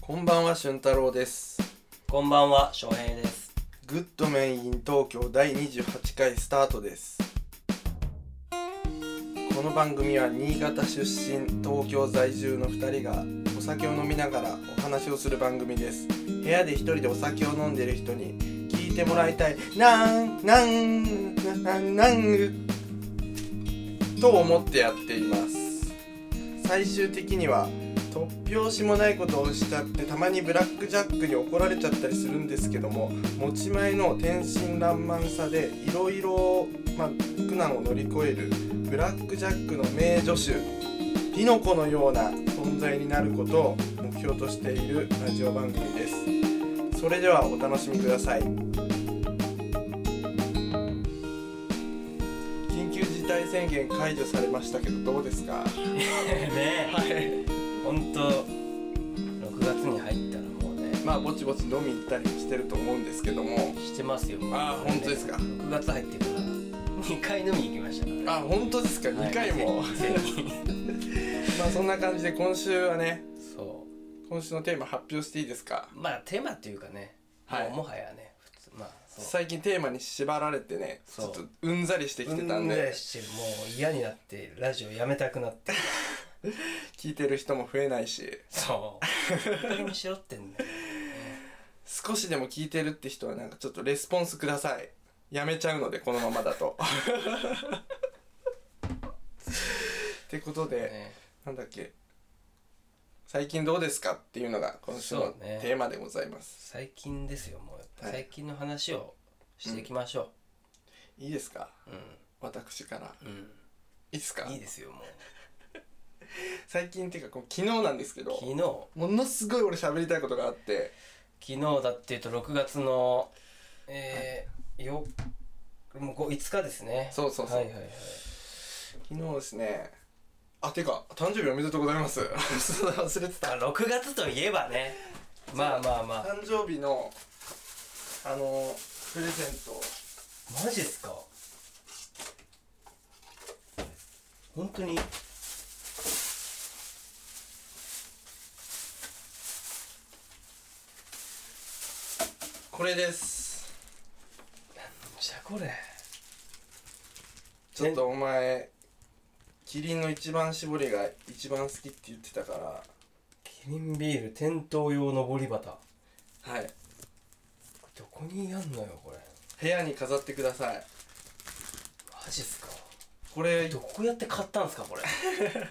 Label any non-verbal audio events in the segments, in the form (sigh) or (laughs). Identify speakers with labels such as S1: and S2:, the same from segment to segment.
S1: こんばんは、俊太郎です。
S2: こんばんは、翔平
S1: (laughs)
S2: です。
S1: グッドメイン東京第28回スタートです。この番組は新潟出身、東京在住の2人がお酒を飲みながらお話をする番組です。部屋で一人でお酒を飲んでる人に聞いてもらいたい、なん、なん、なん、なん、と思ってやっています。最終的には突拍子もないことをしちゃってたまにブラックジャックに怒られちゃったりするんですけども持ち前の天真爛漫さでいろいろまあ苦難を乗り越えるブラックジャックの名助手ピノコのような存在になることを目標としているラジオ番組ですそれではお楽しみください緊急事態宣言解除されましたけどどうですか
S2: ね
S1: い
S2: え、ほんと、6月に入ったらもうね、
S1: まあぼちぼち飲み行ったりもしてると思うんですけども
S2: してますよ。
S1: あーほんとですか
S2: ?6 月入ってから、2回飲みに行きましたから
S1: あ
S2: ね。
S1: 本当ですか2回
S2: (laughs)
S1: も、
S2: はい店に店に
S1: (laughs) まあそんな感じで今週はね
S2: そ
S1: 今週のテーマ発表していいですか
S2: う。まあ、テーマっていうかね、
S1: はい
S2: もうもはやね、普通、まあ、そう。
S1: 最近テーマに縛られてねち
S2: そう
S1: ょっとうんざりしてきてたん
S2: うんざり
S1: で
S2: してもう嫌になってラジオやめたくなって
S1: 聞いてる人も増えないし
S2: そう本当にしろってんだよ
S1: 少しでも聞いてるって人はなんかちょっとレスポンスくださいやめちゃうのでこのままだ
S2: (laughs)
S1: とってことで、
S2: ね
S1: なんだっけ最近どうですかっていうのが今週の
S2: そうね
S1: テーマでございます、
S2: 最近ですよもうやっぱ
S1: はい
S2: 最近の話をしていきましょ
S1: いいですか
S2: う
S1: 私から
S2: うん、うん
S1: いいですか
S2: いいですよもう
S1: 最近っていうかこう昨日なんですけど
S2: 昨日
S1: ものすごい俺喋りたいことがあって
S2: 昨日だっていうと6月のえー、よもうこう5日ですね
S1: そうそうそう
S2: はいはいはい
S1: 昨日ですねあてか誕生日おめでとうございますそうだ忘れてた
S2: あ6月といえばねまあまあまあ
S1: 誕生日のあのプレゼント
S2: マジっすか本当に
S1: これです
S2: じゃあこれ
S1: ちょっとお前キリンの一番搾りが一番好きって言ってたか
S2: キリンビール店頭用のぼり旗
S1: らはい
S2: どこにやんのよこれ
S1: 部屋に飾ってください
S2: マジっすか
S1: これ
S2: どこやって買ったんすかこ (laughs) れへ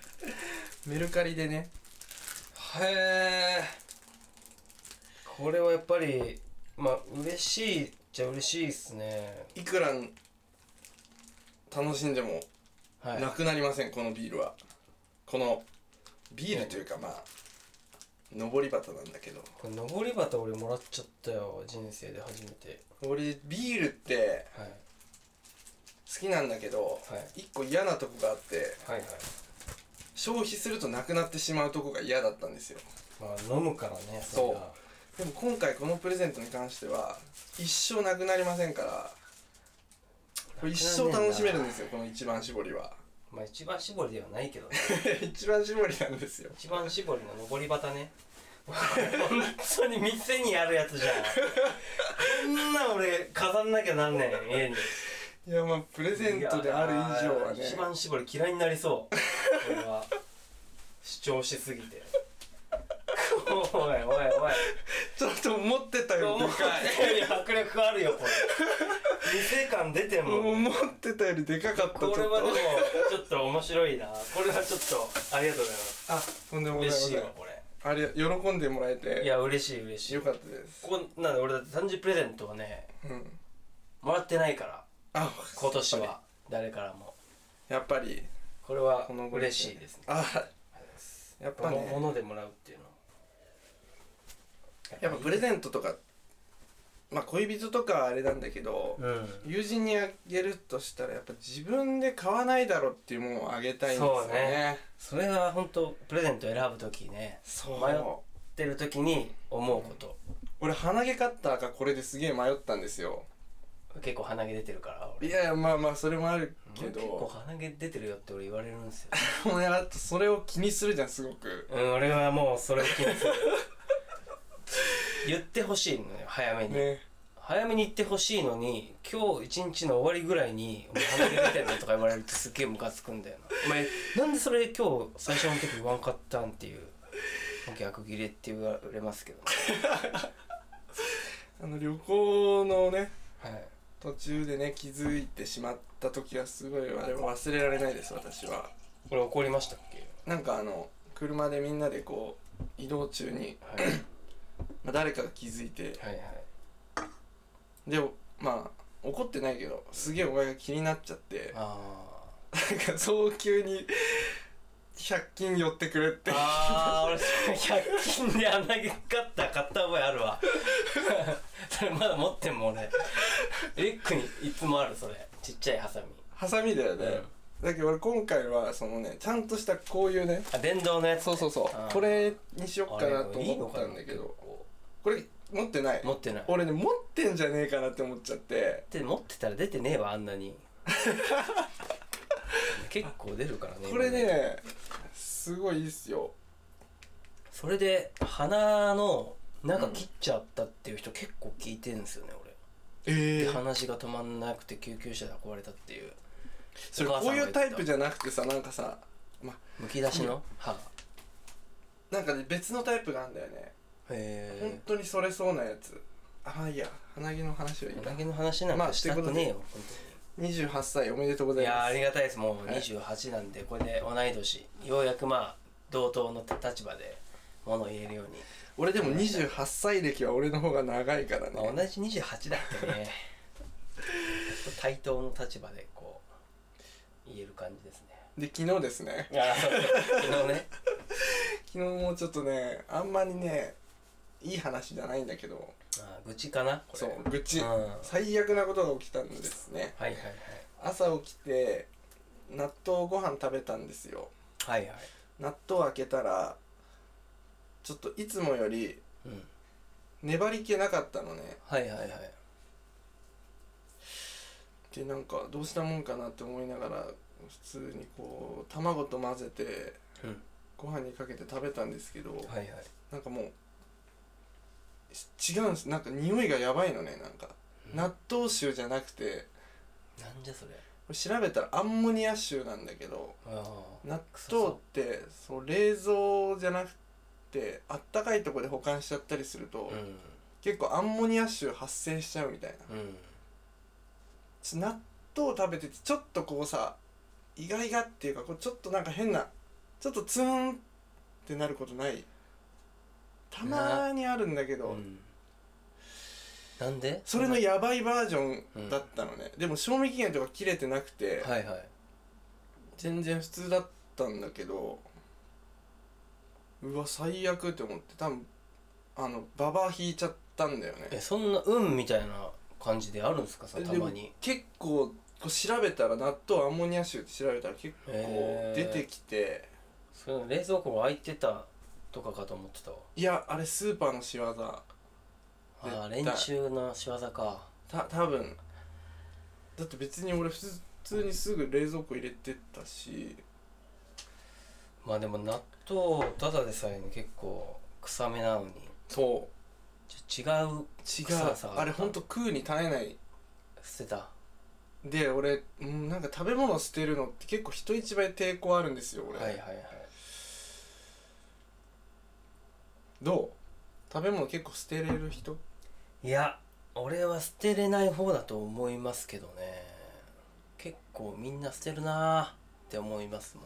S1: メルカリでね
S2: えこれはやっぱりまあ嬉しいっちゃ嬉しいっすね
S1: いくら楽しんでも
S2: はい
S1: なくなりませんこのビールはこのビールというかまあ上り旗なんだけど
S2: これ上り旗俺もらっちゃったよ人生で初めて
S1: 俺ビールって
S2: はい
S1: 好きなんだけど
S2: はい
S1: 一個嫌なとこがあって
S2: はいはい
S1: 消費するとなくなってしまうとこが嫌だったんですよ
S2: まあ飲むからね
S1: そう
S2: れが
S1: でも今回このプレゼントに関しては一生なくなりませんからこれ一生楽しめるんですよこの一番搾りは (laughs)
S2: まあ一番絞りではないけどね (laughs)
S1: 一番絞りなんですよ
S2: 一番絞りの上り旗ね (laughs) 本当に店にあるやつじゃんこんな俺飾んなきゃなんねん家に
S1: いやまあプレゼントである以上はい
S2: やー一
S1: ね
S2: 番絞り嫌いになりそうこれは主張しすぎて (laughs) おいおいおい
S1: ちょっと思ってたより
S2: (laughs)
S1: でか
S2: い迫力あるよこれ店感出てん
S1: いもう
S2: もん
S1: 思ってたよりでかかったちょっ
S2: これはでも
S1: と
S2: ちょっと面白いなこれはちょっとありがとうございます
S1: あとんでもございま
S2: 嬉しい
S1: せん
S2: わこれ
S1: あれ喜んでもらえ
S2: い
S1: て
S2: や嬉しい嬉しい
S1: よかったです
S2: こんなんで俺だって誕生日プレゼントをね
S1: うん
S2: もらってないから
S1: あ
S2: 今年は誰からも
S1: やっぱり
S2: これは
S1: このご時世
S2: 嬉しいですね
S1: あやっぱ
S2: も
S1: ね
S2: 物でもらうっていうの
S1: やっぱプレゼントとかまあ恋人とかはあれなんだけど
S2: うん
S1: 友人にあげるとしたらやっぱ自分で買わないだろっていうものをあげたいんですよね
S2: それは本当プレゼント選ぶ時ね
S1: そう
S2: 迷ってる時に思うこと
S1: 俺鼻毛カッターかこれですげえ迷ったんですよ
S2: 結構鼻毛出てるから
S1: い
S2: 俺
S1: やいやまあまあそれもあるけ
S2: 結構
S1: ど
S2: 鼻毛出てるよって俺言われるんですよ
S1: もうねあとそれを気にするじゃんすごく
S2: うん、俺はもうそれを気にする言ってほしいのよ早めに、
S1: ね
S2: 早めに言ってほしいのに今日一日の終わりぐらいに「お前鼻毛出てんの?」とか言われるとすっげえムカつくんだよな「お前なんでそれ今日最初の時言わんかったん?」っていう逆ギレって言われますけど、
S1: あの旅行のね
S2: はい、
S1: 途中でね気づいてしまった時がすごいあれは忘れられないです私は
S2: これ怒りましたっけ、
S1: なんかあの車でみんなでこう移動中に、
S2: はい、
S1: まあ、誰かが気づいて
S2: はいはい
S1: でまあ怒ってないけどすげえお前が気になっちゃって
S2: あー
S1: なんか早急に100均寄ってくれって
S2: あー俺それ100均であんなに買った買った覚えあるわそれまだ持ってんもん俺リュックにいつもあるそれちっちゃいハサミ
S1: ハサミだよね、だけど俺今回はそのねちゃんとしたこういうね
S2: あ電動のやつ
S1: そうそうそう
S2: あー
S1: これにしよっ
S2: あ
S1: か
S2: れ
S1: なと
S2: いい
S1: 思
S2: の
S1: っ
S2: か
S1: た
S2: なん
S1: だけ
S2: 結
S1: ど
S2: 構
S1: これ持ってない
S2: 持ってない
S1: 俺ね持ってんじゃねえかなって思っちゃって
S2: で持ってたら出てねえわあん
S1: (laughs)
S2: なに結構出るからね
S1: これ
S2: 今
S1: ねすごいいいっすよ
S2: それで鼻の中切っちゃったっていう人結構聞いてるんですよね俺
S1: え
S2: で話が止まんなくて救急車で運ばれたっていう
S1: それ
S2: お母
S1: こ
S2: さ
S1: うんい
S2: が
S1: うタイプ
S2: 言って
S1: じゃなくてさなんかさ
S2: たむき出しの歯が
S1: なんかね別のタイプがあんだよね
S2: へ
S1: 本
S2: え
S1: 当にそれそうなやつあまあいいや鼻毛の話はいい
S2: 鼻
S1: な
S2: 毛の話なん
S1: まあ
S2: かしたくねえよ、本
S1: 28歳おめでとうご
S2: 当
S1: ざ
S2: にい
S1: い
S2: やー
S1: ま
S2: あ
S1: す
S2: りがたいですもう
S1: はい
S2: 28なんでこれで同い年ようやくまあ同等の立場で物を言えるように、
S1: 俺でも28歳歴は俺の方が長いから
S2: まあ、
S1: ね
S2: 同じ28だ
S1: (laughs)
S2: ってねちょっと対等の立場でこう言える感じですね
S1: で昨日ですね
S2: あそうそう昨日ね
S1: 昨日もちょっとねあんまりねいい話じゃないんだけど
S2: あー愚痴かなこれ
S1: そう愚痴
S2: うん、は
S1: 最悪なことが起きたんですね
S2: いはいはい
S1: 朝起きて納豆ご飯食べたんですよ
S2: はいはい
S1: 納豆開けたらちょっといつもより
S2: うん
S1: 粘り気なかったのね
S2: はいはいはい
S1: でなんかどうしたもんかなって思いながら普通にこう卵と混ぜて
S2: うん
S1: ご飯にかけて食べたんですけど
S2: はいはい
S1: なんかもうし違うんですなんか匂いがやばいのねなんか納豆臭じゃなくて
S2: なんじゃそれ
S1: これ調べたらアンモニア臭なんだけど
S2: ああ
S1: 納豆ってそう冷蔵じゃなくてあったかいとこで保管しちゃったりすると、
S2: うん
S1: 結構アンモニア臭発生しちゃうみたいな
S2: うん
S1: ちょ納豆食べててちょっとこうさ意外がっていうかこうちょっとなんか変なちょっとツーンってなることないたまーにあるんだけど、
S2: うんなんで
S1: それの
S2: はい
S1: やばいバージョンだったのね、でも賞味期限とか切れてなくて、
S2: はい
S1: 全然普通だったんだけどうわ最悪って思って多分あのババア引いちゃったんだよね
S2: えそんな運みたいな感じであるんですかさ
S1: で
S2: たまに
S1: 結構こう調べたら納豆アンモニア臭って調べたら結構
S2: へー
S1: 出てきて
S2: それ冷蔵庫が開いてたとかかと思ってたわ
S1: いやあれスーパーの仕業
S2: ああ
S1: 絶対
S2: 連中の仕業か
S1: た多分だって別に俺普通にすぐ冷蔵庫入れてったし
S2: まあでも納豆ただでさえに結構臭めなのに
S1: そう
S2: ちょ違う
S1: 違
S2: 臭さがあった
S1: うあれほんと食うに耐えない
S2: 捨てた
S1: で俺うんなんか食べ物捨てるのって結構人一倍抵抗あるんですよ俺、
S2: はいはいはい
S1: どう食べ物結構捨てれる人
S2: いや俺は捨てれない方だと思いますけどね結構みんな捨てるなーって思いますもん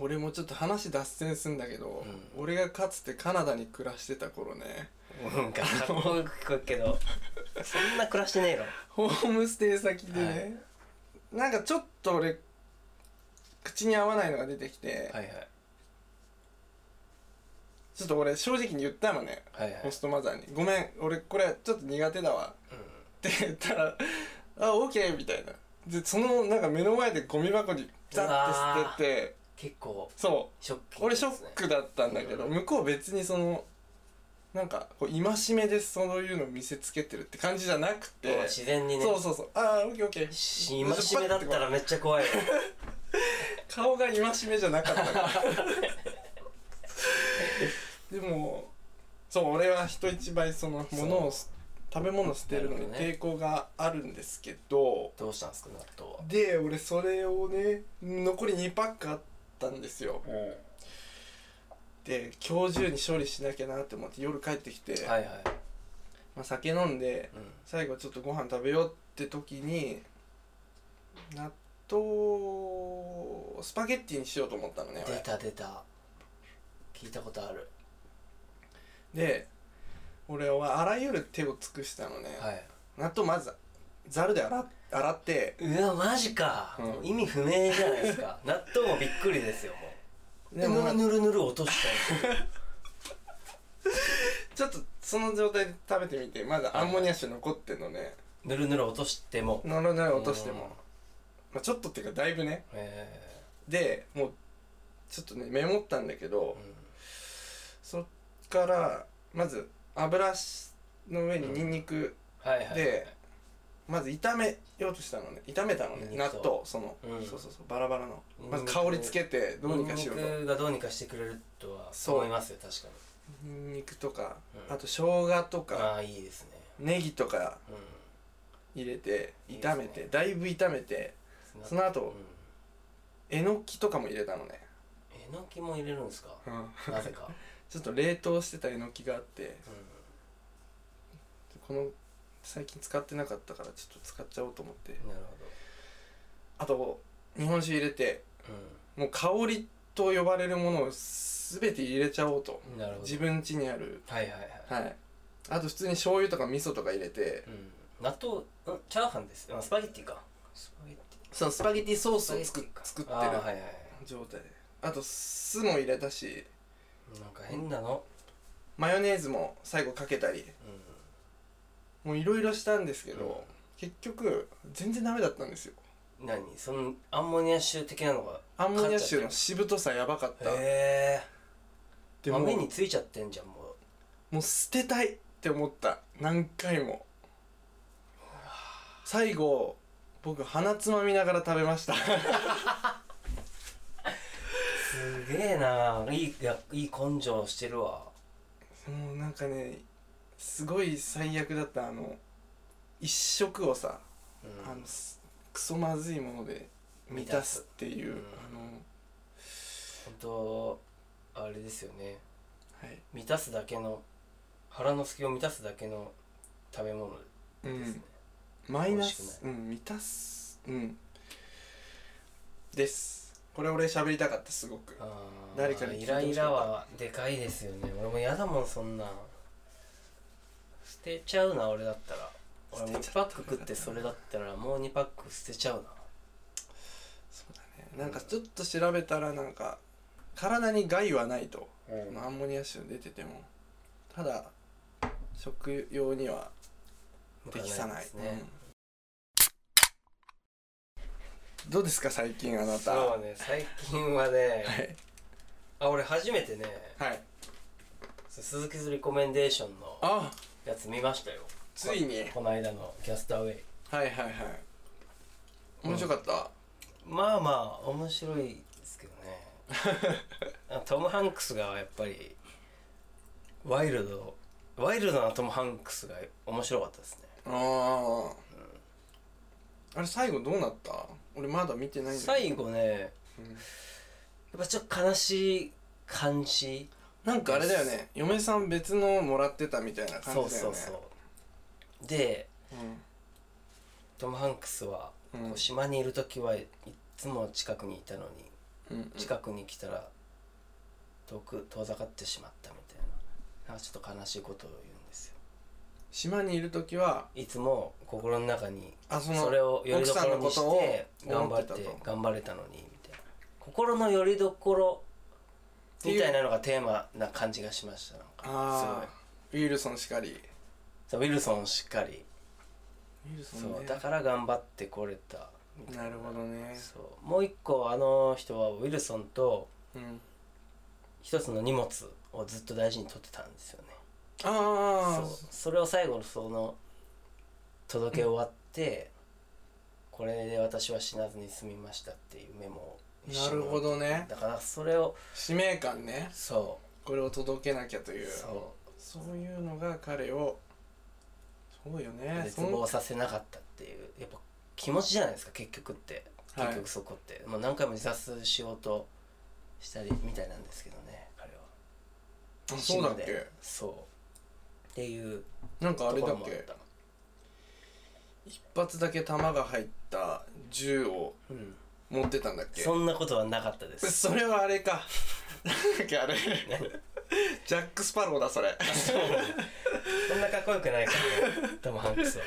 S1: 俺もちょっと話脱線すんだけど、
S2: うん
S1: 俺がかつてカナダに暮らしてた頃ね (laughs)
S2: なんかかっこよく聞こえるけどそんな暮らしてねえろ
S1: ホームステイ先でね、なんかちょっと俺口に合わないのが出てきて、
S2: はいはい
S1: ちょっと俺正直に言ったのね
S2: はいはい
S1: ホストマザーに「ごめん俺これちょっと苦手だわ」って言ったら「あオッケー」みたいなでそのなんか目の前でゴミ箱にザッて捨てて
S2: 結構
S1: そう
S2: ショッキング
S1: 俺
S2: で
S1: ショ
S2: すね
S1: ックだったんだけど、
S2: うん
S1: 向こう別にそのなんかこう戒めでそういうの見せつけてるって感じじゃなくて、
S2: うん自然にね
S1: そうそうそうああオッケーオッケー
S2: し今しめだったらめっちゃ怖いよ
S1: 顔が (laughs) 戒めじゃなかったからでもそう俺は人一倍その
S2: そう
S1: 物をす食べ物捨てるのに
S2: なるほどね
S1: 抵抗があるんですけど
S2: どうしたんですか納豆は
S1: で俺それをね残り2パックあったんですよで今日中に処理しなきゃなって思って夜帰ってきて、
S2: はいはい
S1: まあ、酒飲んで
S2: うん
S1: 最後ちょっとご飯食べようって時に納豆をスパゲッティにしようと思ったのね俺
S2: 出た出た聞いたことある
S1: で俺はあらゆる手を尽くしたのね、
S2: はい
S1: 納豆まずざるで洗っ洗って
S2: うわマジか、
S1: うん
S2: もう意味不明じゃないで
S1: (laughs)
S2: すか納豆もびっくりですよもう
S1: でもまあ
S2: ぬるぬるぬる落としたんですよ
S1: ちょっとその状態で食べてみてまだアンモニア臭残ってんのね
S2: ぬるぬる落として
S1: (laughs)
S2: も
S1: なるなる落として
S2: うん
S1: も、まあ、ちょっとっていうかだいぶね
S2: え
S1: でもうちょっとねメモったんだけ
S2: ー
S1: どそっからまず油の上にニンニク
S2: うん、はいはいはい
S1: でまず炒めようとしたのね炒めたのね
S2: ニンニク
S1: 納
S2: と
S1: 豆その、
S2: うん
S1: そうそうそうバラバラの
S2: ニンニ
S1: ま
S2: ク
S1: ず香りつけてどうにかしようと
S2: ニンニクがどうにかしてくれるとは
S1: そう
S2: 思いますよ確か
S1: ニンニクとか
S2: うん
S1: あと生姜と
S2: に
S1: か
S2: ああいいですね
S1: ネギとか
S2: う
S1: 入れて
S2: いいです
S1: 炒
S2: ね
S1: めてだいぶ炒めて
S2: ん
S1: その
S2: うん
S1: 後えのきとかも入れたのね、
S2: えのきも入れる
S1: (laughs)
S2: んですかなぜか、
S1: ちょっと冷凍してたえのきがあって
S2: う
S1: この最近使ってなかったからちょっと使っちゃおうと思って
S2: ん、なる
S1: あと日本酒入れて
S2: ほど、
S1: もう香りと呼ばれるものを全て入れちゃおうと
S2: うん、なるほど
S1: 自分家にある
S2: はいはいはい、
S1: はいあと普通に醤油とか味噌とか入れて
S2: うん、納豆、うん、チャーハンですあスパゲッティかスパゲッティ
S1: そのスパゲティソースを
S2: ス
S1: 作
S2: パゲ
S1: っ
S2: ティか
S1: 作って
S2: あーはい
S1: る
S2: はいはい
S1: 状態あと酢も入れたし
S2: なんか変なの、
S1: マヨネーズも最後かけたり
S2: う
S1: もういろいろしたんですけど、
S2: うん
S1: 結局全然ダメだったんですよ
S2: ん、何そのアンモニア臭的なのが
S1: アンモニア臭のしぶとさやばかった
S2: へえ
S1: でも
S2: 豆についちゃってんじゃんも
S1: もう捨てたいって思った何回も最後僕鼻つまみながら食べました
S2: うすげえないいいやいい根性してるわ
S1: もうなんかねすごい最悪だったあの一食をさ、
S2: うん
S1: あのすクソまずいもので満たすっていう、
S2: う
S1: あ
S2: ん
S1: の
S2: 本当あれですよね
S1: はい、
S2: 満たすだけの腹の隙を満たすだけの食べ物
S1: う
S2: です
S1: ん
S2: ね、、
S1: マイナ
S2: 美味し
S1: ス
S2: く
S1: うん満たすうんですこれ俺喋りたかったすごく
S2: あー
S1: 誰かに聞い
S2: イ
S1: てほしかっ
S2: ラ
S1: た
S2: イラはでかいですよね俺も嫌だもんそんなん捨てちゃうな俺だったら俺も
S1: 捨てち
S2: 1
S1: ゃ
S2: パック食ってそれだったらもう2パック捨てちゃうな
S1: そうだねなんかちょっと調べたらなんか体に害はないと、
S2: うん
S1: まあアンモニア臭出ててもただ食用には適さない
S2: ですね、
S1: うんどうですか最近あなた
S2: そうね最近はね
S1: はい
S2: あ俺初めてね
S1: はい
S2: 鈴木ズリコメンデーションの
S1: あ
S2: やつ見ましたよ
S1: ついに
S2: この間のキャスターウェイ
S1: はいはいはい面白かった、
S2: まあまあ面白いですけどね
S1: (laughs)
S2: あトム・ハンクスがやっぱりワイルドワイルドなトム・ハンクスが面白かったですね
S1: あああれ最後どうなった俺まだ見てないんだけ
S2: 最後ね
S1: ど、うん
S2: やっぱちょっと悲しい感じ
S1: なんかあれだよね嫁さん別のもらってたみたいな感じだよ
S2: そう
S1: ね
S2: そうそうでトム・ハンクスは
S1: うん
S2: こう島にいる時はいつも近くにいたのに
S1: うんうん
S2: 近くに来たら遠く遠ざかってしまったみたいななんかちょっと悲しいことを言うんですよ
S1: 島にいる時はい
S2: つも心の中に
S1: あその
S2: それをよりどころに
S1: 奥さんのこ
S2: して
S1: とを
S2: 頑
S1: 思
S2: 張
S1: っ
S2: って
S1: たと
S2: て頑張れたのにみたいな心のよりどころみたいなのがテーマな感じがしましたなん
S1: ああ
S2: か
S1: ウィルソンしかり
S2: すごいそうウィルソンしっかり
S1: ウィルソン
S2: そう
S1: ね
S2: だから頑張ってこれたみたい
S1: なるほどね
S2: そうもう一個あの人はウィルソンと
S1: うん
S2: 一つの荷物をずっと大事に取ってたんですよね
S1: ああ
S2: そうそれを最後のその届け終わって、これで私は死なずに済みましたっていうメモを一緒に
S1: なるほどね
S2: だからそれを
S1: 使命感ね
S2: そ
S1: これを届けなきゃというう
S2: そう
S1: そういうのが彼をそうよね
S2: 絶
S1: そん
S2: 望させなかったっていうやっぱ気持ちじゃないですか結局って
S1: はい
S2: 結局そこって、もう何回も自殺しようとしたりみたいなんですけどね彼は
S1: あそうだっ
S2: 死ぬま
S1: け
S2: でそうっていう
S1: なんかあれだ
S2: と
S1: っ
S2: ころも
S1: け
S2: った
S1: 一発だけ弾が入った銃を
S2: うん、
S1: 持ってたんだっけ
S2: そんなことはなかったです
S1: (laughs) それはあれかなんだっけあれジャック・スパローだそれ
S2: そんなかっこよくないからねトム・ハンクスは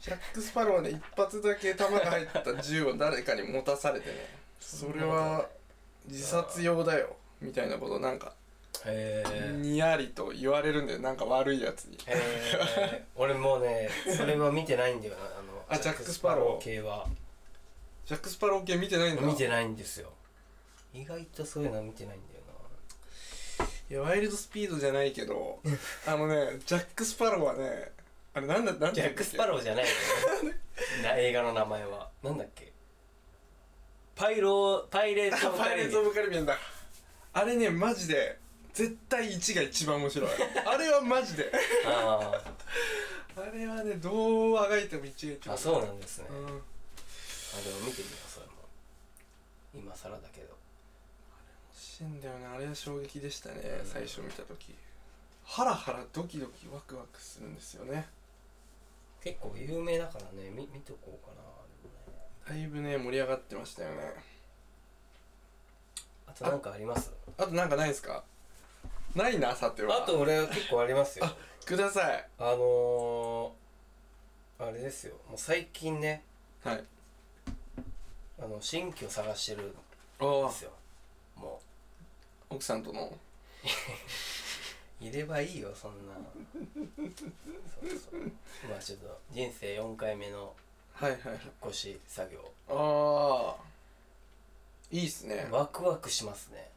S1: ジャック・スパローね一発だけ弾が入った銃を誰かに持たされてねそれは自殺用だよみたいなことなんか
S2: へえ
S1: にやりと言われるんだよなんか悪いやつに
S2: へえ俺もうねそれは見てないんだよなあの
S1: あジャックスパロー
S2: 系は
S1: ジャック・スパロー系見てないんだ
S2: 見てないんですよ意外とそういうの見てないんだよ
S1: いやワイルドスピードじゃないけどあのねジャック・スパローはねあれなんだなん
S2: なジャック・スパ
S1: ロ
S2: ローじゃないよ
S1: (laughs)
S2: ねな映画の名前はなんだっけパイローパイレーツ・オブ・
S1: パ
S2: カ
S1: イ
S2: リ
S1: レー
S2: ビ
S1: ツ・オ
S2: アン
S1: ブ・カリビアンだあれねマジで絶対1が一番面白いあれはマジで
S2: あ
S1: あれはねどうあがいても1が一
S2: ー
S1: 番
S2: あそうなんですね
S1: うん、面
S2: あでも見てみようそれも今更だけど
S1: 白いんだよねあれは衝撃でしたね、
S2: うん
S1: 最初見た時ハラハラドキドキワクワクするんですよね
S2: 結構有名だからね見見とこうかなでもね
S1: だいぶね盛り上がってましたよね
S2: あとなんかあります
S1: あとなんかないですかないなさては
S2: あと俺は結構ありますよ
S1: ください
S2: あのー、あれですよもう最近ね
S1: はい
S2: あの新居を探してるん
S1: あ
S2: ですよも
S1: 奥さんとの
S2: ういればいいよそんなそうそうまあちょっと人生4回目の
S1: はいはいはい
S2: 引っ越し作業、
S1: ああいいっすね
S2: ワクワクしますね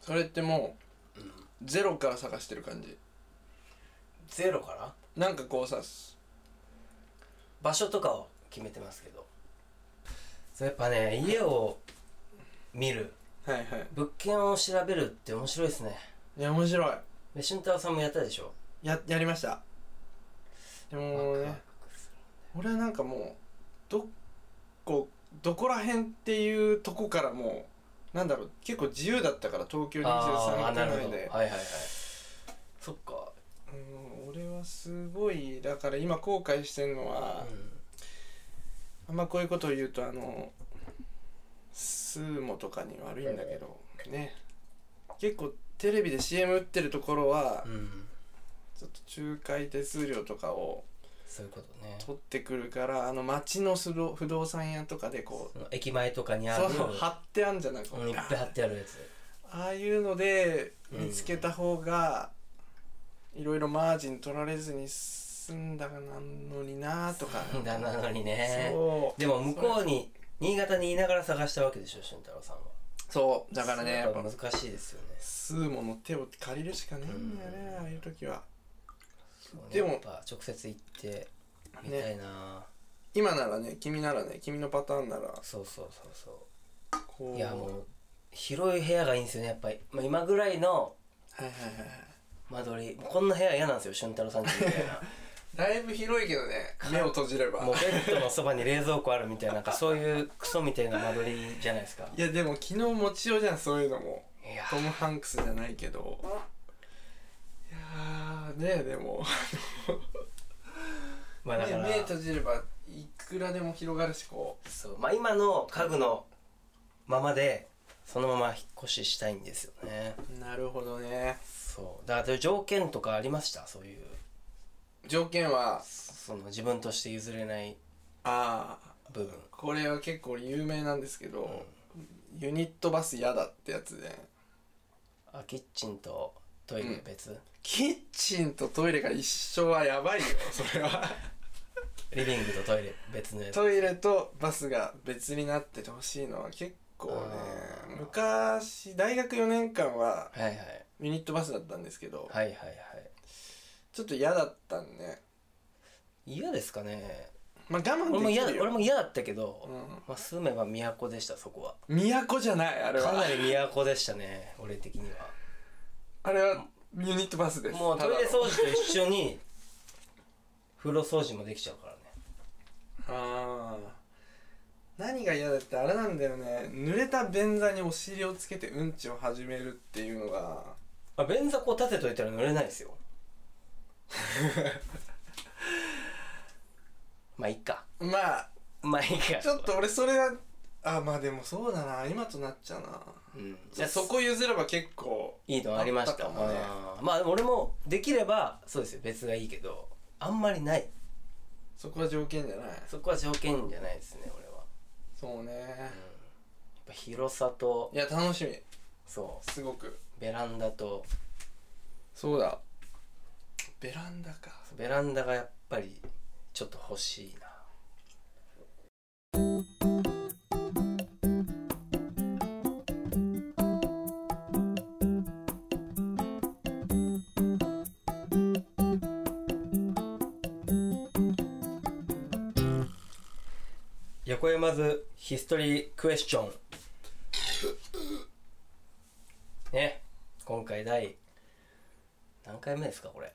S1: それっても
S2: うん
S1: うゼロから探してる感じ
S2: ゼロから
S1: なんかこうさ
S2: 場所とかを決めてますけどそうやっぱね家を見る
S1: はいはい
S2: 物件を調べるって面白いですね
S1: いや面白い
S2: で俊太郎さんもやったでしょ
S1: ややりましたでも
S2: ワクワ
S1: ね
S2: クする
S1: 俺はなんかもうどこどこら辺っていうとこからもうなんだろう結構自由だったから東京
S2: あ
S1: 23
S2: ーな
S1: 区
S2: る
S1: 内
S2: ほどはい
S1: で
S2: はいはいそっか
S1: うん俺はすごいだから今後悔してんのは、
S2: う
S1: あんまこういうことを言うとあのスーモとかに悪いんだけどね結構テレビで CM 打ってるところは
S2: ん、うん、
S1: ちょっと仲介手数料とかを
S2: そういうことね
S1: 取ってくるからあの街の不動不動産屋とかでこう
S2: その駅前とかにある
S1: そう貼ってあんじゃんなんか
S2: うんいっぱい貼ってあるやつ
S1: ああいうので
S2: うん
S1: 見つけた方がいろいろマージン取られずに済んだのになとか
S2: だなのにね
S1: そう
S2: でも向こうに新潟にいながら探したわけでしょ俊太郎さんは
S1: そうだからねやっ
S2: そ
S1: ぱ
S2: う難しいですよね
S1: スーモの手を借りるしかないんだよね、
S2: うん
S1: ああいう時は
S2: そうね
S1: でも
S2: やっぱ直接行ってみたいな、
S1: 今ならね君ならね君のパターンなら
S2: そうそうそうそ
S1: こ
S2: う
S1: う
S2: いやもう広い部屋がいいんですよねやっぱり、まあ、今ぐらいの
S1: はいはいはいはい
S2: 間取りこんな部屋嫌なんですよ俊太郎さんちみたいな
S1: だいぶ広いけどね目を閉じれば
S2: もうベッドのそばに冷蔵庫あるみたいななんかそういうクソみたいな間取りじゃないですか
S1: いやでも昨日持ちようじゃんそういうのも
S2: いや
S1: トム・ハンクスじゃないけどいやーねえでも
S2: まあだか
S1: ね
S2: ら
S1: 目閉じればいくらでも広がるしこ
S2: そうまあ今の家具のままでそのまま引っ越ししたいんですよね
S1: うなるほどね
S2: そうだから条件とかありましたそういう
S1: 条件は
S2: その自分として譲れない
S1: ああ
S2: 部分
S1: これは結構有名なんですけど、ユニットバス嫌だってやつで、
S2: あキッチンとトイレ別、
S1: キッチンとトイレが一緒はや
S2: (laughs)
S1: ばいよそれは
S2: リビングとトイレ別のやつ
S1: トイレとバスが別になっててほしいのは結構ね
S2: あー
S1: 昔大学4年間は
S2: はいはい
S1: ユニットバスだったんですけど、
S2: はいはいはい
S1: ちょっと嫌だったんで、
S2: 嫌ですかね
S1: まあ我慢
S2: 俺も
S1: でき
S2: 嫌だ
S1: るよ
S2: 俺も嫌だったけど、
S1: う
S2: まあ、住めば都でしたそこは
S1: ん、都じゃないあれ
S2: か
S1: は
S2: なり都でしたね俺的には
S1: あれはユニットバスです
S2: もうトイレ
S1: ただの
S2: 掃除と一緒に風呂掃除もできちゃうからね
S1: ああ何が嫌だってあれなんだよね濡れた便座にお尻をつけてうんちを始めるっていうのが
S2: あ便座こう立てといたら濡れないですよ (laughs) まあいいか
S1: まあ
S2: まあいいか
S1: ちょっと俺それはあまあでもそうだな今となっちゃうな
S2: うん
S1: じゃあそこ譲れば結構
S2: いいのありまし
S1: あ
S2: た
S1: ったかもね
S2: あーまあでも俺もできればそうですよ別がいいけどあんまりない
S1: そこは条件じゃない
S2: そこは条件じゃないですね俺は、
S1: そうね
S2: うん、やっぱ広さと
S1: いや楽しみ
S2: そう
S1: すごく
S2: ベランダと
S1: そうだベランダか
S2: ベランダがやっぱりちょっと欲しいな横山ズヒストリークエスチョンね今回第何回目ですかこれ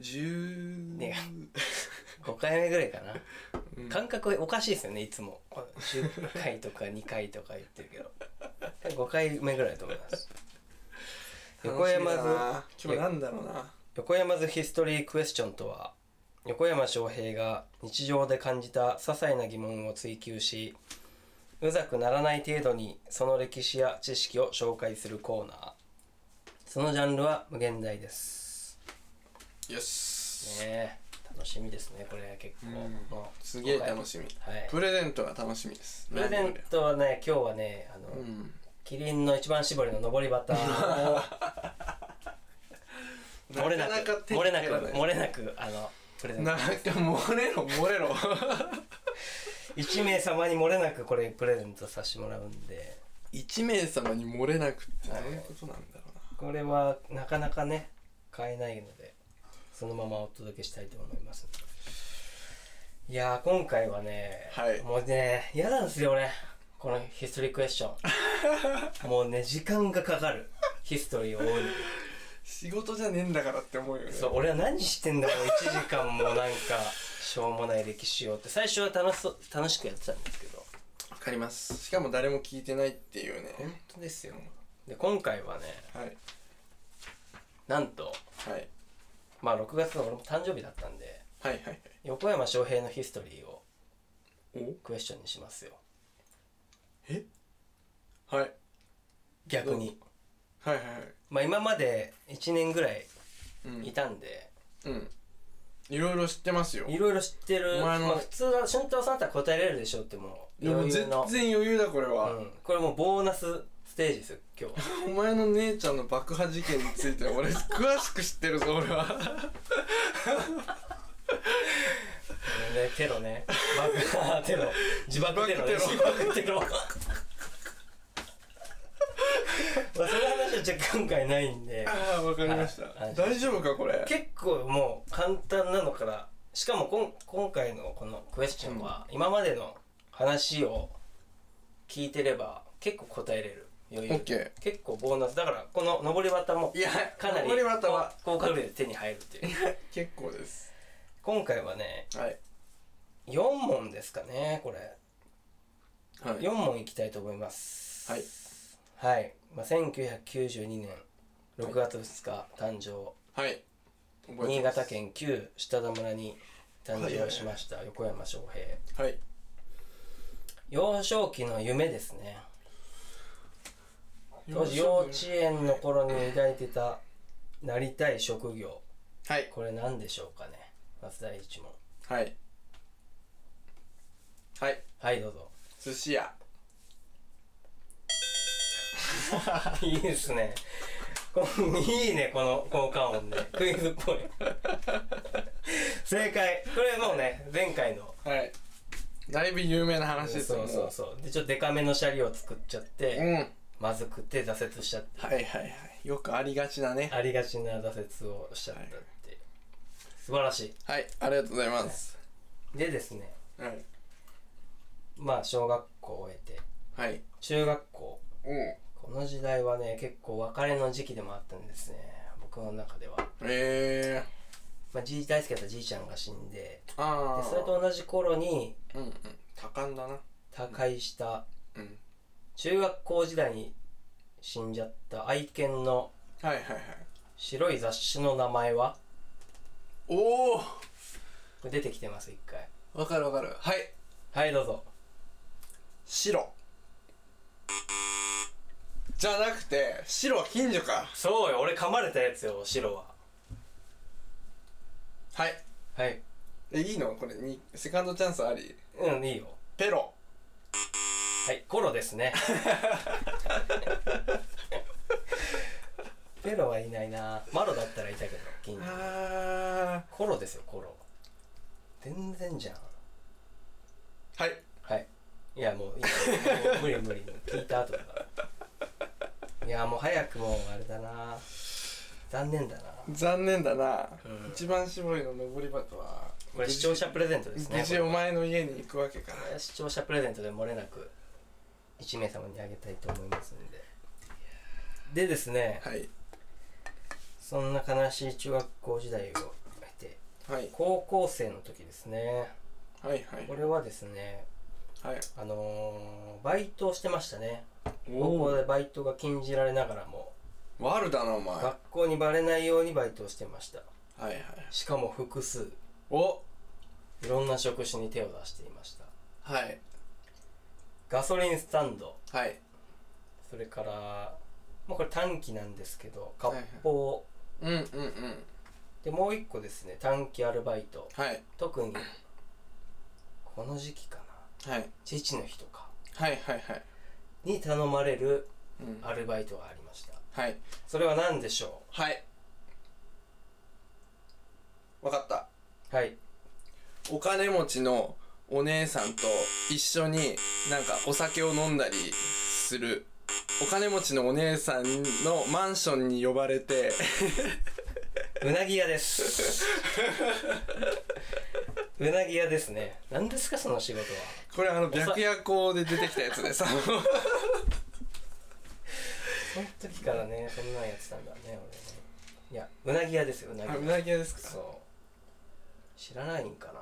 S1: 10
S2: ね5回目ぐらいかな
S1: うん
S2: 感覚おかしいですよねいつもこう10回とか2回とか言ってるけど5回目ぐらいだと思います横山
S1: 楽しみだな今日なんだろうな
S2: 横山ズヒストリークエスチョンとは横山翔平が日常で感じた些細な疑問を追求しうざくならない程度にその歴史や知識を紹介するコーナーそのジャンルは無限大です
S1: よし、
S2: ねえ楽しみですねこれ結構、
S1: うん
S2: もう
S1: すげえ楽しみ
S2: はい
S1: プレゼントが楽しみです
S2: プレゼントはね今日はねあの、
S1: うん
S2: キリンの一番絞りの上り
S1: (laughs)
S2: バターを漏れな
S1: なかな
S2: く
S1: か手に
S2: 漏れな
S1: 入ら
S2: く
S1: ない
S2: 漏れなくあのプレゼント
S1: なんか漏れろ漏れろ (laughs)
S2: 1名様に漏れなくこれプレゼントさせてもらうんで
S1: 一名様に漏れなくってどういうことなんだろうな
S2: これはなかなかね買えないのでそのままお届けしたいと思いますいやー今回はね、
S1: はい
S2: もうね嫌なんですよ俺このヒストリークエスチョ
S1: (laughs)
S2: ンもうね時間がかかるヒストリーを追うに
S1: 仕事じゃねえんだからって思うよね
S2: そう俺は何してんだろう1時間もなんかしょうもない歴史をって最初は楽しそう楽しくやってたんですけど
S1: わかりますしかも誰も聞いてないっていうね
S2: 本当ですよで今回はね
S1: はい
S2: なんと
S1: はい
S2: まあ6月の俺も誕生日だったんで
S1: はいはいはい
S2: 横山翔平のヒストリーを
S1: お
S2: クエスチョンにしますよ
S1: はい
S2: 逆に
S1: はいはいはい
S2: まあ今まで1年ぐらいうい
S1: ん
S2: たんで
S1: うんいろいろ知ってますよ
S2: いろいろ知ってる
S1: お
S2: ま
S1: 前の
S2: あ普通は俊太郎さんだったら答えれるでしょうってもう
S1: でも
S2: 余裕
S1: 全
S2: の
S1: 然余裕だこれ
S2: う
S1: は、
S2: んこれもうボーナスステージですよ今日
S1: お前の姉ちゃんの爆破事件について俺 (laughs) 詳しく知ってるぞ俺は
S2: ね、テロね。爆破テロ。自爆テロね。
S1: 自
S2: 自爆テロ。まあ、 (laughs) その話はじゃあ今回ないんで、
S1: ああわかりました、
S2: はい
S1: 大丈夫かこれ
S2: 結構もう簡単なのから、しかもこん今回のこのクエスチョンは、今までの話を聞いてれば結構答えれる余
S1: オ
S2: 裕
S1: ッ。ケ
S2: 結構ボーナス。だから、この上り旗も
S1: ーいや
S2: かなり
S1: これまたは
S2: 高確率で手に入るっていう。
S1: 結構です
S2: 今回はね、
S1: はい
S2: 4問ですかね、これ。
S1: はい
S2: 4問いきたいと思います
S1: はい
S2: はい、まあ、1992年6月2日誕生、
S1: はい覚えてます
S2: 新潟県旧下田村に誕生しました横山翔平
S1: はい
S2: 幼少期の夢ですね当時幼稚園の頃に抱いてたなりたい職業
S1: はい
S2: これ何でしょうかねまず第一問
S1: はいはい
S2: はいどうぞ
S1: 寿司屋
S2: (laughs) いいですねこのいいねこの効果音ねクイズっぽい正解これもうね前回の
S1: はいだいぶ有名な話です
S2: そうそうそうでちょっとデカめのシャリを作っちゃっ
S1: もう
S2: て、
S1: うんはい
S2: まずくて挫折しちゃって
S1: はいはいよくありがちなね
S2: ありがちな挫折をしちゃったって、素晴らし
S1: はいありがとうございます
S2: いでですね
S1: はい
S2: まあ小学校を終えて
S1: はい
S2: 中学校
S1: うん
S2: この時代はね結構別れの時期でもあったんですね僕僕の中では、
S1: ええ
S2: まあ、じい大好きだったじいちゃんが死んで
S1: ー、ああ
S2: でそれと同じ頃に
S1: うんうん多感だな
S2: 他界した
S1: うん
S2: 中学校時代に死んじゃった愛犬の
S1: はいはいはい
S2: 白い雑誌の名前は
S1: おお
S2: 出てきてます一回
S1: わかるわかるはい
S2: はいどうぞ
S1: 白じゃなくて白は近所か
S2: そうよ俺噛まれたやつよ白は
S1: はい
S2: はい
S1: えいいのこれにセカンドチャンスあり
S2: うんいいよ
S1: ペロ
S2: はいコロですねペロはいないなマロだったらいたけど近所に
S1: あ
S2: コロですよコロ全然じゃん
S1: ーはい
S2: はいいやもういいもう無理無理聞いた後だからいやもう早くもうあれだな残念だな
S1: 残念だな、
S2: うん
S1: 一番絞りの登り鳩は
S2: これ視聴者プレゼントですね
S1: 無事お前の家に行くわけか
S2: これ視聴者プレゼントで漏れなく1名様にあげたいと思いますんででですね
S1: はい
S2: そんな悲しい中学校時代を経て
S1: はい
S2: 高校生の時ですね
S1: はいはい
S2: これはですね
S1: はい
S2: あのーバイトをしてましたね高校
S1: お
S2: でバイトが禁じられながらも
S1: お悪だなお前はい
S2: 学校にバレないようにバイトをしてました
S1: はい
S2: しかも複数
S1: お
S2: いろんな職種に手を出していました
S1: はい
S2: ガソリンスタンド
S1: はい
S2: それからまあこれ短期なんですけど
S1: はい
S2: 割
S1: はい
S2: 烹、
S1: うんうんうん
S2: でもう一個ですね短期アルバイト
S1: はい
S2: 特にこの時期かな
S1: はい
S2: 父の日とか
S1: はいはいはい
S2: に頼まれる
S1: うん
S2: アルバイトがありました
S1: はい
S2: それは何でしょ
S1: はいわかった
S2: うはい
S1: お金持ちのお姉さんと一緒になんかお酒を飲んだりするお金持ちのお姉さんのマンションに呼ばれて
S2: うなぎ屋です
S1: (laughs)
S2: うなぎ屋ですね何ですかその仕事は
S1: これあの白夜行で出てきたや
S2: (laughs)
S1: つでさ
S2: その時からねそんなんやってたんだね俺ねいやうなぎ屋ですようなぎ
S1: あ
S2: 屋
S1: うなぎ屋ですか
S2: そう知らないんかな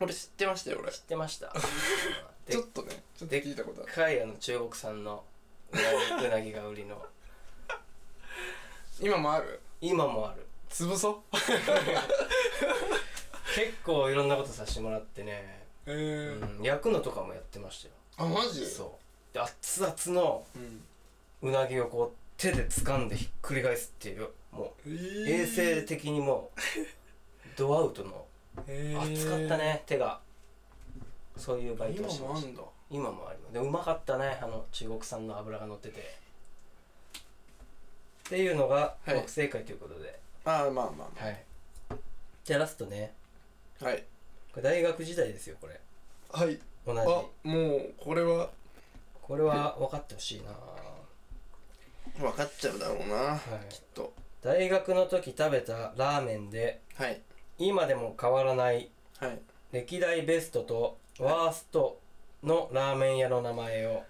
S1: 俺知ってましたよ俺
S2: 知ってましたで
S1: (laughs) ちょっとねちょっと聞いたことあ
S2: で
S1: る
S2: っかいあの中国産のうなぎうなぎが売りの
S1: 今もある
S2: 今も
S1: (laughs)
S2: ある
S1: 潰そう
S2: 結構いろんなことさせてもらってね、
S1: え
S2: う
S1: ー
S2: ん、焼くのとかもやってましたよ
S1: あマジ
S2: そうで熱々の
S1: うん
S2: うなぎをこう手で掴んでひっくり返すっていうも
S1: え
S2: う
S1: ー
S2: 衛生的にもうドアウトの
S1: えー
S2: 熱かったね手がそういうバイトを
S1: 今
S2: し
S1: も
S2: ま
S1: あ
S2: した
S1: んだ
S2: 今もありますでうまかったねあの中国産の油が乗っててっていうのが
S1: はい
S2: 学生会ということで
S1: ああまあまあま
S2: はい、じゃあラストね
S1: あはい
S2: これ大学時代ですよこれ
S1: はい
S2: 同じ
S1: あもうこれは
S2: これは分かってほしいな、
S1: 分かっちゃうだろうなきっと
S2: 大学の時食べたラーメンで
S1: はい
S2: 今でも変わらない
S1: はい
S2: 歴代ベストとワーストのラーメン屋の名前を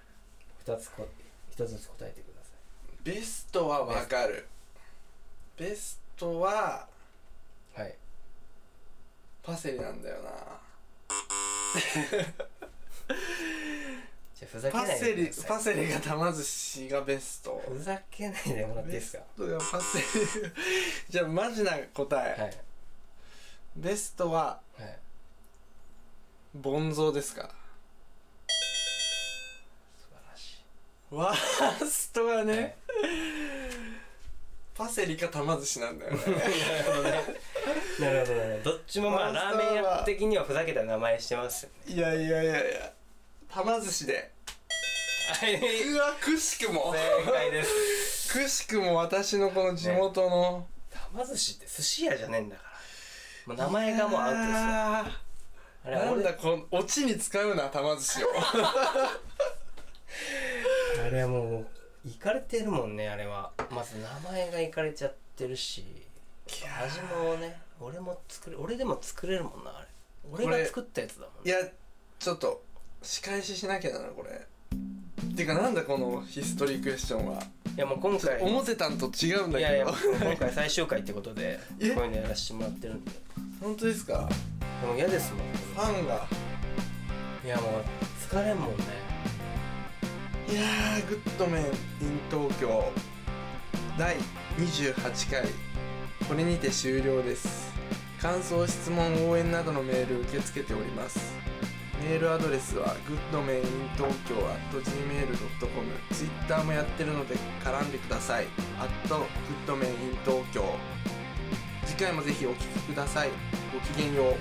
S2: 2つこ1つずつ答えてくださ
S1: ベストはわかるベストはい
S2: はい
S1: パセリなんだよ
S2: じゃあふざ
S1: な
S2: けな
S1: パ
S2: いで
S1: セ
S2: く
S1: リ
S2: ださい
S1: パセリが玉寿司がベスト
S2: ふざけないでもらっていい
S1: ベ
S2: です
S1: ス
S2: か
S1: トがパセリ (laughs) じゃあマジな答え、
S2: はい
S1: ベストは
S2: はい
S1: ボンゾーですか
S2: 素晴らし
S1: ワーストはいね、
S2: はい
S1: パセリか玉寿司なんだよね
S2: (laughs) なるほどねどっちもまあ
S1: ワー
S2: ラ
S1: スト
S2: ー
S1: は
S2: メン屋的にはふざけた名前してますよね
S1: いやいやいやいや玉寿司で
S2: はいう
S1: わくしくも
S2: 正解です
S1: くしくも私のこの地元の、
S2: 玉寿司って寿司屋じゃねえんだからもう名前がもうアウトですよ
S1: すよ
S2: あれ
S1: なんだ
S2: 俺
S1: このオチに使うな玉寿司を
S2: あれはもういかれてるもんねあれはまず名前がいかれちゃってるし味もね俺も作れ俺でも作れるもんなあれ俺
S1: こ
S2: が
S1: れ
S2: 作ったやつだもん
S1: い
S2: ね
S1: やちょっと仕返ししなきゃだなこれてかなんだこのヒストリークエスチョンは
S2: やもう今回
S1: 思ってたんと違うんだ
S2: いやい
S1: け
S2: や
S1: ど
S2: もう今回最終回ってことでこう
S1: え
S2: いうのやらせてもらってるんで
S1: (laughs) 本当ですか
S2: でも嫌ですもん
S1: ファンが
S2: いやもう疲れんもんね
S1: いやーグッドメン in 東京第28回これにて終了です感想質問応援などのメール受け付けておりますメールアドレスは goodmaninTokyo.gmail.com Twitter もやってるので絡んでください goodmaninTokyo 次回もぜひお聴きくださいごきげんよう